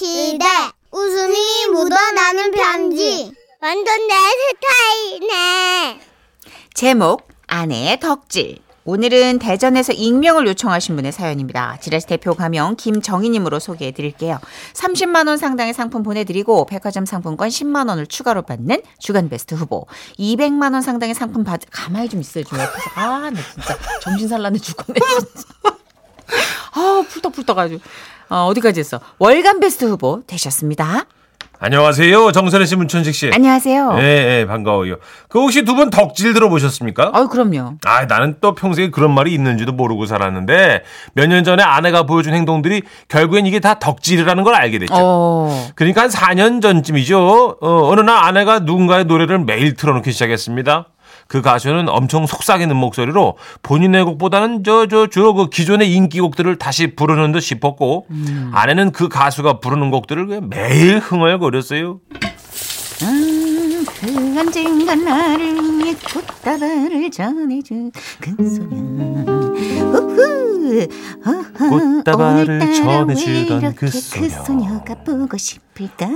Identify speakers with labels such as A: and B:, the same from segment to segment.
A: 이대 웃음이 묻어나는 편지 완전 내 스타일이네
B: 제목 아내의 덕질. 오늘은 대전에서 익명을 요청하신 분의 사연입니다. 지라시 대표 가명 김정희님으로 소개해 드릴게요. 30만 원 상당의 상품 보내드리고 백화점 상품권 10만 원을 추가로 받는 주간 베스트 후보, 200만 원 상당의 상품 받 가만히 좀 있어요 좀 옆에서 아나 진짜 정신 산란해 죽겠네. 진짜. 아 풀떡풀떡 아주 어, 어디까지 했어? 월간 베스트 후보 되셨습니다.
C: 안녕하세요. 정선혜 씨, 문천식 씨.
B: 안녕하세요.
C: 예, 예, 반가워요. 그 혹시 두 분 덕질 들어보셨습니까?
B: 아유 그럼요.
C: 아, 나는 또 평소에 그런 말이 있는지도 모르고 살았는데 몇 년 전에 아내가 보여준 행동들이 결국엔 이게 다 덕질이라는 걸 알게 됐죠.
B: 어.
C: 그러니까 한 4년 전쯤이죠. 어, 어느 날 아내가 누군가의 노래를 매일 틀어놓기 시작했습니다. 그 가수는 엄청 속삭이는 목소리로 본인의 곡보다는 저, 저, 주로 그 기존의 인기곡들을 다시 부르는 듯 싶었고
B: 음.
C: 아내는 그 가수가 부르는 곡들을 그냥 매일 흥얼거렸어요.
B: 그 언젠가 나를 위해 꽃다발을 전해준 그 소녀 우후 어허,
C: 꽃다발을
B: 오늘따라
C: 전해주던
B: 왜 이렇게
C: 그 소녀.
B: 그 소녀가 보고 싶을까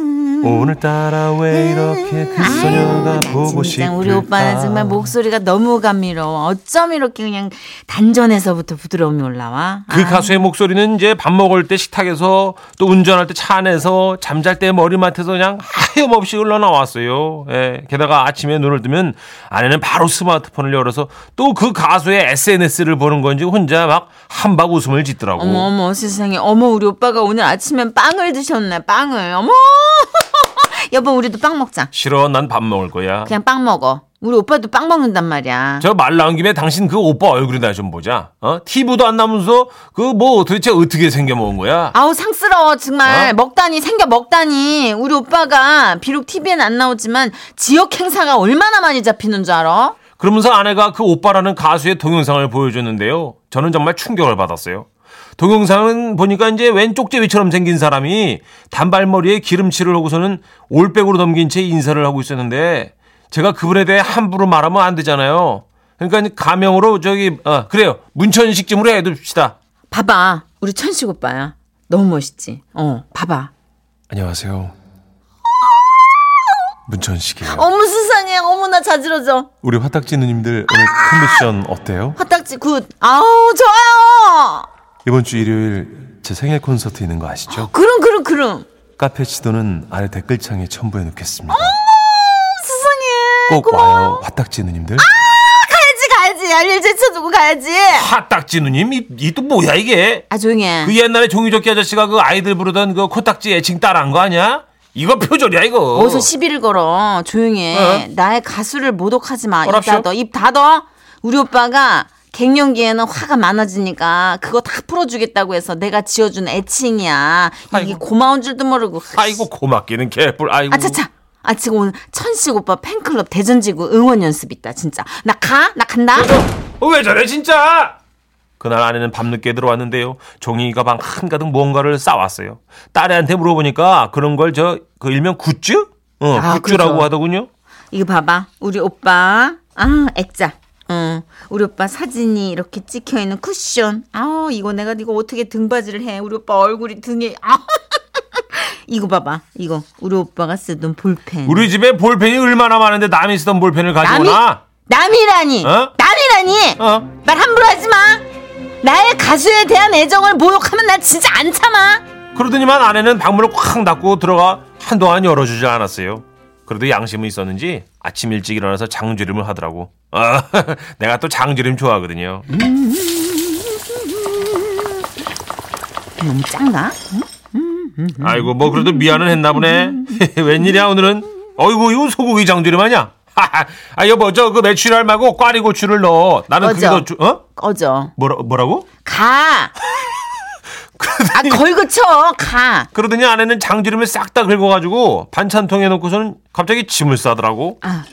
C: 오늘따라 왜 이렇게 그
B: 음, 아유,
C: 소녀가
B: 나 진짜
C: 보고 싶을까?
B: 우리 오빠는 정말 목소리가 너무 감미로워 어쩜 이렇게 그냥 단전에서부터 부드러움이 올라와 아,
C: 그 가수의 목소리는 이제 밥 먹을 때 식탁에서 또 운전할 때 차 안에서 잠잘 때 머리맡에서 그냥 하염없이 흘러나왔어요. 예. 게다가 아침에 눈을 뜨면 아내는 바로 스마트폰을 열어서 또 그 가수의 SNS를 보는 건지 혼자 막 한박 웃음을 짓더라고.
B: 어머 어머 세상에 어머 우리 오빠가 오늘 아침엔 빵을 드셨네 빵을 어머 여보 우리도 빵 먹자
C: 싫어, 난 밥 먹을 거야.
B: 그냥 빵 먹어. 우리 오빠도 빵 먹는단 말이야.
C: 저 말 나온 김에 당신 그 오빠 얼굴이나 좀 보자. 어? 피부도 안 나면서 그 뭐 도대체 어떻게 생겨 먹은 거야?
B: 아우 상스러워 정말
C: 어?
B: 먹다니 생겨 먹다니 우리 오빠가 비록 TV엔 안 나오지만 지역 행사가 얼마나 많이 잡히는 줄 알아?
C: 그러면서 아내가 그 오빠라는 가수의 동영상을 보여줬는데요. 저는 정말 충격을 받았어요. 동영상은 보니까 이제 왼 쪽제비처럼 생긴 사람이 단발머리에 기름칠을 하고서는 올백으로 넘긴 채 인사를 하고 있었는데 제가 그분에 대해 함부로 말하면 안 되잖아요. 그러니까 가명으로 저기 아 그래요 문천식쯤으로 해둡시다.
B: 봐봐 우리 천식 오빠야 너무 멋있지? 어 봐봐
C: 안녕하세요. 문천식이에요.
B: 어머 세상에 어머나 자지러져
C: 우리 화딱지 누님들 오늘 컨디션 어때요?
B: 화딱지 굿 아우 좋아요
C: 이번 주 일요일 제 생일 콘서트 있는 거 아시죠?
B: 그럼 그럼 그럼
C: 카페 지도는 아래 댓글창에 첨부해 놓겠습니다.
B: 세상에
C: 꼭 와요, 화딱지 누님들.
B: 가야지 가야지 알릴 제쳐주고 가야지
C: 화딱지 누님? 이 또 뭐야 이게?
B: 아 조용히 해
C: 그 옛날에 종이접기 아저씨가 그 아이들 부르던 그 코딱지 애칭 따라한 거 아니야? 이거 표절이야 이거.
B: 어서 시비를 걸어 조용히 해
C: 어?
B: 나의 가수를 모독하지 마입
C: 어랍쇼?
B: 닫어 입 닫어 우리 오빠가 갱년기에는 화가 많아지니까 그거 다 풀어주겠다고 해서 내가 지어준 애칭이야 이게
C: 아이고.
B: 고마운 줄도 모르고
C: 아이고 고맙기는 개뿔. 아이고.
B: 아차차 아 지금 오늘 천식 오빠 팬클럽 대전지구 응원 연습 있다 진짜 나 가 나 간다
C: 어, 왜 저래 진짜? 그날 아내는 밤늦게 들어왔는데요. 종이 가방 한가득 뭔가를 싸왔어요. 딸애한테 물어보니까 그런 걸 저 그 일명 굿즈? 어,
B: 아,
C: 굿즈라고
B: 그죠.
C: 하더군요.
B: 이거 봐봐 우리 오빠 아 액자 응 우리 오빠 사진이 이렇게 찍혀 있는 쿠션 아우 이거 내가 이거 어떻게 등받이를 해 우리 오빠 얼굴이 등에 아 이거 봐봐 이거 우리 오빠가 쓰던 볼펜
C: 우리 집에 볼펜이 얼마나 많은데 남이 쓰던 볼펜을 가지고
B: 남이
C: 나?
B: 남이라니
C: 어?
B: 남이라니
C: 어?
B: 말 함부로 하지 마 나의 가수에 대한 애정을 모욕하면 난 진짜 안 참아
C: 그러더니만 아내는 방문을 쾅 닫고 들어가 한동안 열어주지 않았어요. 그래도 양심은 있었는지 아침 일찍 일어나서 장조림을 하더라고. 아, 내가 또 장조림 좋아하거든요.
B: 너무 짠가
C: 아이고 뭐 그래도 미안은 했나 보네. 웬일이야 오늘은? 어이구 이거 소고기 장조림 아니야? 아 여보 저 그 메추리알 말고 꽈리고추를 넣어. 나는 그게
B: 꺼져.
C: 더 주, 어?
B: 꺼져
C: 뭐라 뭐라고?
B: 가 아,
C: 그러더니,
B: 걸고 쳐가
C: 그러더니 아내는 장조림을 싹 다 긁어가지고 반찬통에 넣고서는 갑자기 짐을 싸더라고.
B: 아,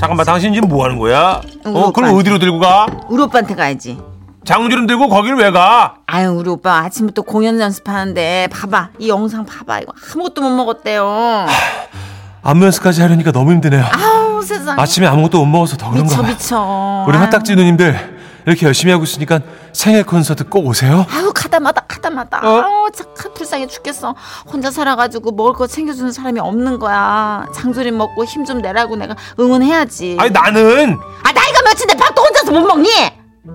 C: 잠깐만 당신 지금 뭐 하는 거야?
B: 우리
C: 어 그럼
B: 오빠.
C: 어디로 들고 가?
B: 우리 오빠한테 가야지
C: 장조림 들고 거길 왜 가?
B: 아유 우리 오빠 아침부터 공연 연습하는데 봐봐 이 영상 봐봐 이거 아무것도 못 먹었대요
C: 안무 연습까지 하려니까 너무 힘드네요.
B: 아우 세상에
C: 아침에 아무것도 못 먹어서 더
B: 미쳐
C: 봐요.
B: 미쳐
C: 우리
B: 아유,
C: 화딱지 누님들 이렇게 열심히 하고 있으니까 생일 콘서트 꼭 오세요.
B: 아우 가다마다 가다마다
C: 어?
B: 아우 착한 불쌍해 죽겠어 혼자 살아가지고 먹을 거 챙겨주는 사람이 없는 거야 장조림 먹고 힘 좀 내라고 내가 응원해야지
C: 아니 나는
B: 아 나이가 몇인데 밥도 혼자서 못 먹니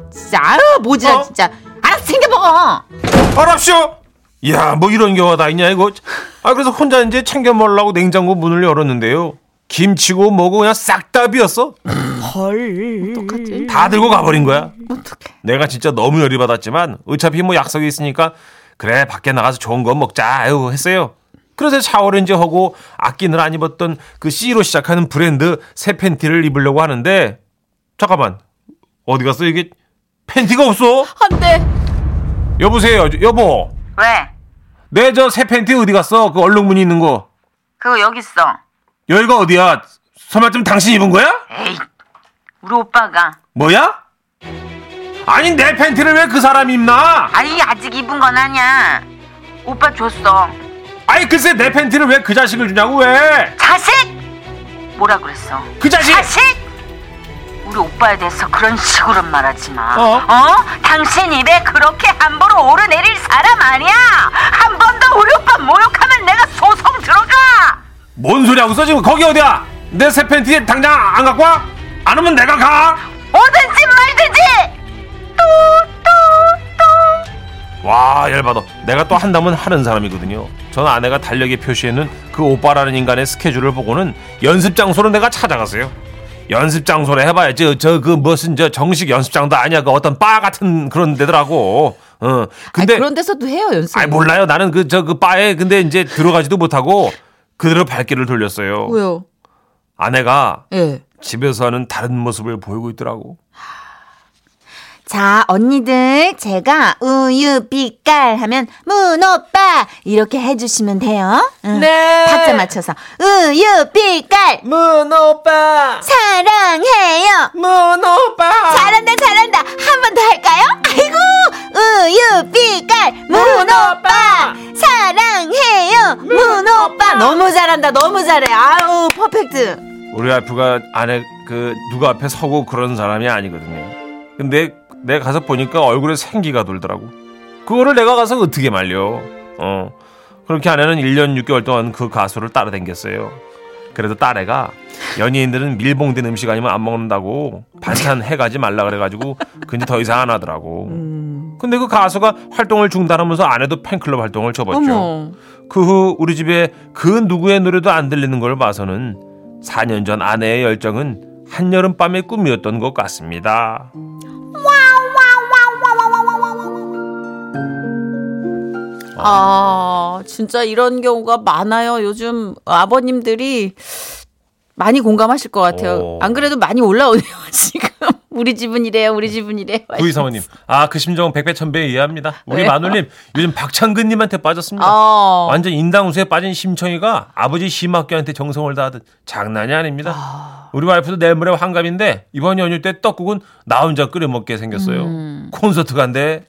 B: 진짜 아유 모지라
C: 어?
B: 진짜 알아서 챙겨 먹어
C: 알았쇼. 이야 뭐 이런 경우가 다 있냐 이거. 아 그래서 혼자 이제 챙겨 먹으려고 냉장고 문을 열었는데요. 김치고 뭐고 그냥 싹 다 비었어.
B: 똑같지
C: 다 들고 가버린 거야.
B: 어떡해
C: 내가 진짜 너무 열이 받았지만 어차피 뭐 약속이 있으니까 그래 밖에 나가서 좋은 거 먹자 아유 했어요. 그래서 샤워렌즈 하고 아끼느라 안 입었던 그 C로 시작하는 브랜드 새 팬티를 입으려고 하는데 잠깐만 어디 갔어 이게 팬티가 없어?
B: 안돼
C: 여보세요 저- 여보
B: 왜
C: 내 저 새 팬티 어디 갔어? 그 얼룩무늬 있는 거
B: 그거 여기 있어
C: 여기가 어디야? 설마 좀 당신 입은 거야?
B: 에이 우리 오빠가
C: 뭐야? 아니 내 팬티를 왜 그 사람이 입나?
B: 아니 아직 입은 건 아니야 오빠 줬어
C: 아니 글쎄 내 팬티를 왜 그 자식을 주냐고 왜?
B: 자식 뭐라 그랬어
C: 그 자식!
B: 자식! 우리 오빠에 대해서 그런 식으로 말하지 마.
C: 어?
B: 당신 입에 그렇게 함부로 오르내릴 사람 아니야. 한 번 더 우리 오빠 모욕하면 내가 소송 들어가.
C: 뭔 소리 하고 있어 지금 거기 어디야 내 새 팬티 당장 안 갖고 와? 안 오면 내가 가
B: 오든지 말든지.
C: 와 열받아 내가 또 한다면 하는 사람이거든요 전 아내가 달력에 표시해놓은 그 오빠라는 인간의 스케줄을 보고는 연습 장소로 내가 찾아갔어요 연습 장소로 해봐야지 저 그 무슨 저 정식 연습장도 아니야 그 어떤 바 같은 그런 데더라고 어 근데
B: 그런 데서도 해요 연습.
C: 아이 몰라요 나는 그 저 그 바에 근데 이제 들어가지도 못하고 그대로 발길을 돌렸어요
B: 왜요?
C: 아내가
B: 예.
C: 집에서 하는 다른 모습을 보이고 있더라고
B: 자 언니들 제가 우유 빛깔 하면 문 오빠 이렇게 해주시면 돼요. 네. 박자 맞춰서 우유 빛깔
C: 문 오빠
B: 사랑해요.
C: 문 오빠
B: 잘한다 잘한다 한 번 더 할까요? 아이고 우유 빛깔 문오빠 사랑해요 문오빠 너무 잘한다 너무 잘해 아우 퍼펙트
C: 우리 와이프가 아내 그 누가 앞에 서고 그런 사람이 아니거든요 근데 내가 가서 보니까 얼굴에 생기가 돌더라고 그거를 내가 가서 어떻게 말려 어 그렇게 아내는 1년 6개월 동안 그 가수를 따라댕겼어요 그래도 딸애가 연예인들은 밀봉된 음식 아니면 안 먹는다고 반찬 해가지 말라 그래가지고 근데 더 이상 안 하더라고 근데 그 가수가 활동을 중단하면서 아내도 팬클럽 활동을 접었죠 그 후 우리 집에 그 누구의 노래도 안 들리는 걸 봐서는 4년 전 아내의 열정은 한여름밤의 꿈이었던 것 같습니다.
D: 아, 진짜 이런 경우가 많아요. 요즘 아버님들이 많이 공감하실 것 같아요.
C: 오.
D: 안 그래도 많이 올라오네요, 지금. 우리 집은 이래요, 우리 집은 이래요.
C: 구이 사모님, 아 그 심정 백배 천배 이해합니다. 우리 마누님 요즘 박창근님한테 빠졌습니다.
D: 어.
C: 완전 인당수에 빠진 심청이가 아버지 심학교한테 정성을 다하듯 장난이 아닙니다. 우리 와이프도 내일 모레 환갑인데 이번 연휴 때 떡국은 나 혼자 끓여 먹게 생겼어요. 콘서트 간대.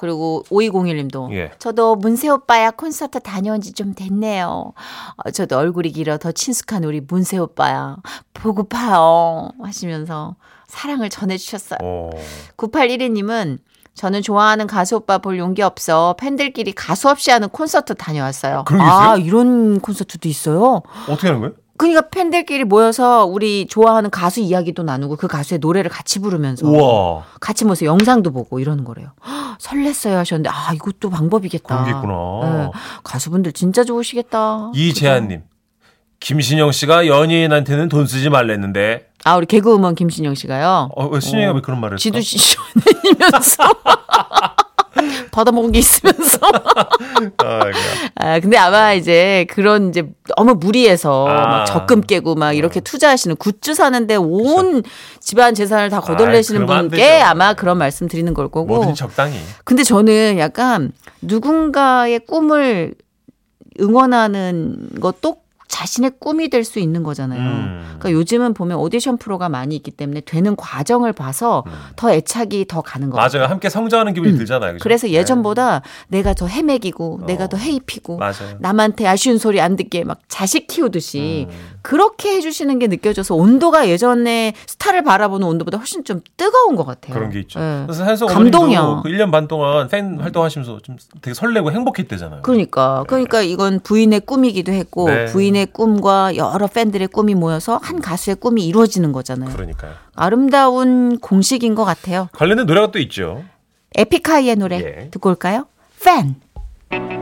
D: 그리고 5201님도
C: 아. 예.
D: 저도 문세 오빠야 콘서트 다녀온 지 좀 됐네요. 어, 저도 얼굴이 길어 더 친숙한 우리 문세 오빠야 보고파요 하시면서 사랑을 전해주셨어요.
C: 어.
D: 9812님은 저는 좋아하는 가수 오빠 볼 용기 없어 팬들끼리 가수 없이 하는 콘서트 다녀왔어요.
C: 그런 게
D: 아,
C: 있어요?
D: 이런 콘서트도 있어요?
C: 어떻게 하는 거예요?
D: 그러니까 팬들끼리 모여서 우리 좋아하는 가수 이야기도 나누고 그 가수의 노래를 같이 부르면서
C: 우와,
D: 같이 모여서 영상도 보고 이러는 거래요. 헉, 설렜어요 하셨는데 아, 이것도 방법이겠다.
C: 그런 게 있구나.
D: 네. 가수분들 진짜
B: 어,
D: 좋으시겠다.
C: 이재한님. 김신영 씨가 연예인한테는 돈 쓰지 말랬는데.
D: 아, 우리 개그우먼 김신영 씨가요.
C: 어, 왜 신영이가 왜 그런 말을 했어?
D: 지도 씨 시원해지면서 받아먹은 게 있으면서 아, 근데 아마 이제 그런 이제 너무 무리해서
C: 네. 아. 어.
D: 막 적금 깨고 막 이렇게 투자하시는 굿즈 사는데 온 집안 재산을 다 거덜내시는
C: 그렇죠. 아이, 그러면 안
D: 분께
C: 되죠.
D: 아마 그런 말씀 드리는 걸
B: 어.
D: 거고.
C: 뭐든지 적당히.
D: 근데 저는 약간 누군가의 꿈을 응원하는 것도
B: 자신의 꿈이 될 수 있는 거잖아요.
C: 음.
B: 그러니까 요즘은 보면 오디션 프로가 많이 있기 때문에 되는 과정을 봐서 더 애착이 더 가는 거예요.
C: 음. 맞아요. 함께 성장하는 기분이 들잖아요.
B: 어.
C: 그죠?
B: 음. 그래서
C: 네.
B: 예전보다 내가 더 헤매기고
C: 어.
B: 내가 더 헤입히고
C: 맞아요.
B: 남한테 아쉬운 소리 안 듣게 막 자식 키우듯이
C: 음.
B: 그렇게 해주시는 게 느껴져서 온도가 예전에 스타를 바라보는 온도보다 훨씬 좀 뜨거운 것 같아요.
C: 그런 게 있죠.
B: 예.
C: 그래서 한석 어머님도
B: 감동이야.
C: 그 1년 반 동안 팬 활동하시면서 좀 되게 설레고 행복했대잖아요.
B: 그러니까 그러니까 이건 부인의 꿈이기도 했고
C: 네.
B: 부인의 꿈과 여러 팬들의 꿈이 모여서 한 가수의 꿈이 이루어지는 거잖아요.
C: 그러니까요.
B: 아름다운 공식인 것 같아요.
C: 관련된 노래가 또 있죠.
B: 에픽하이의 노래
C: 예.
B: 듣고 올까요? 팬.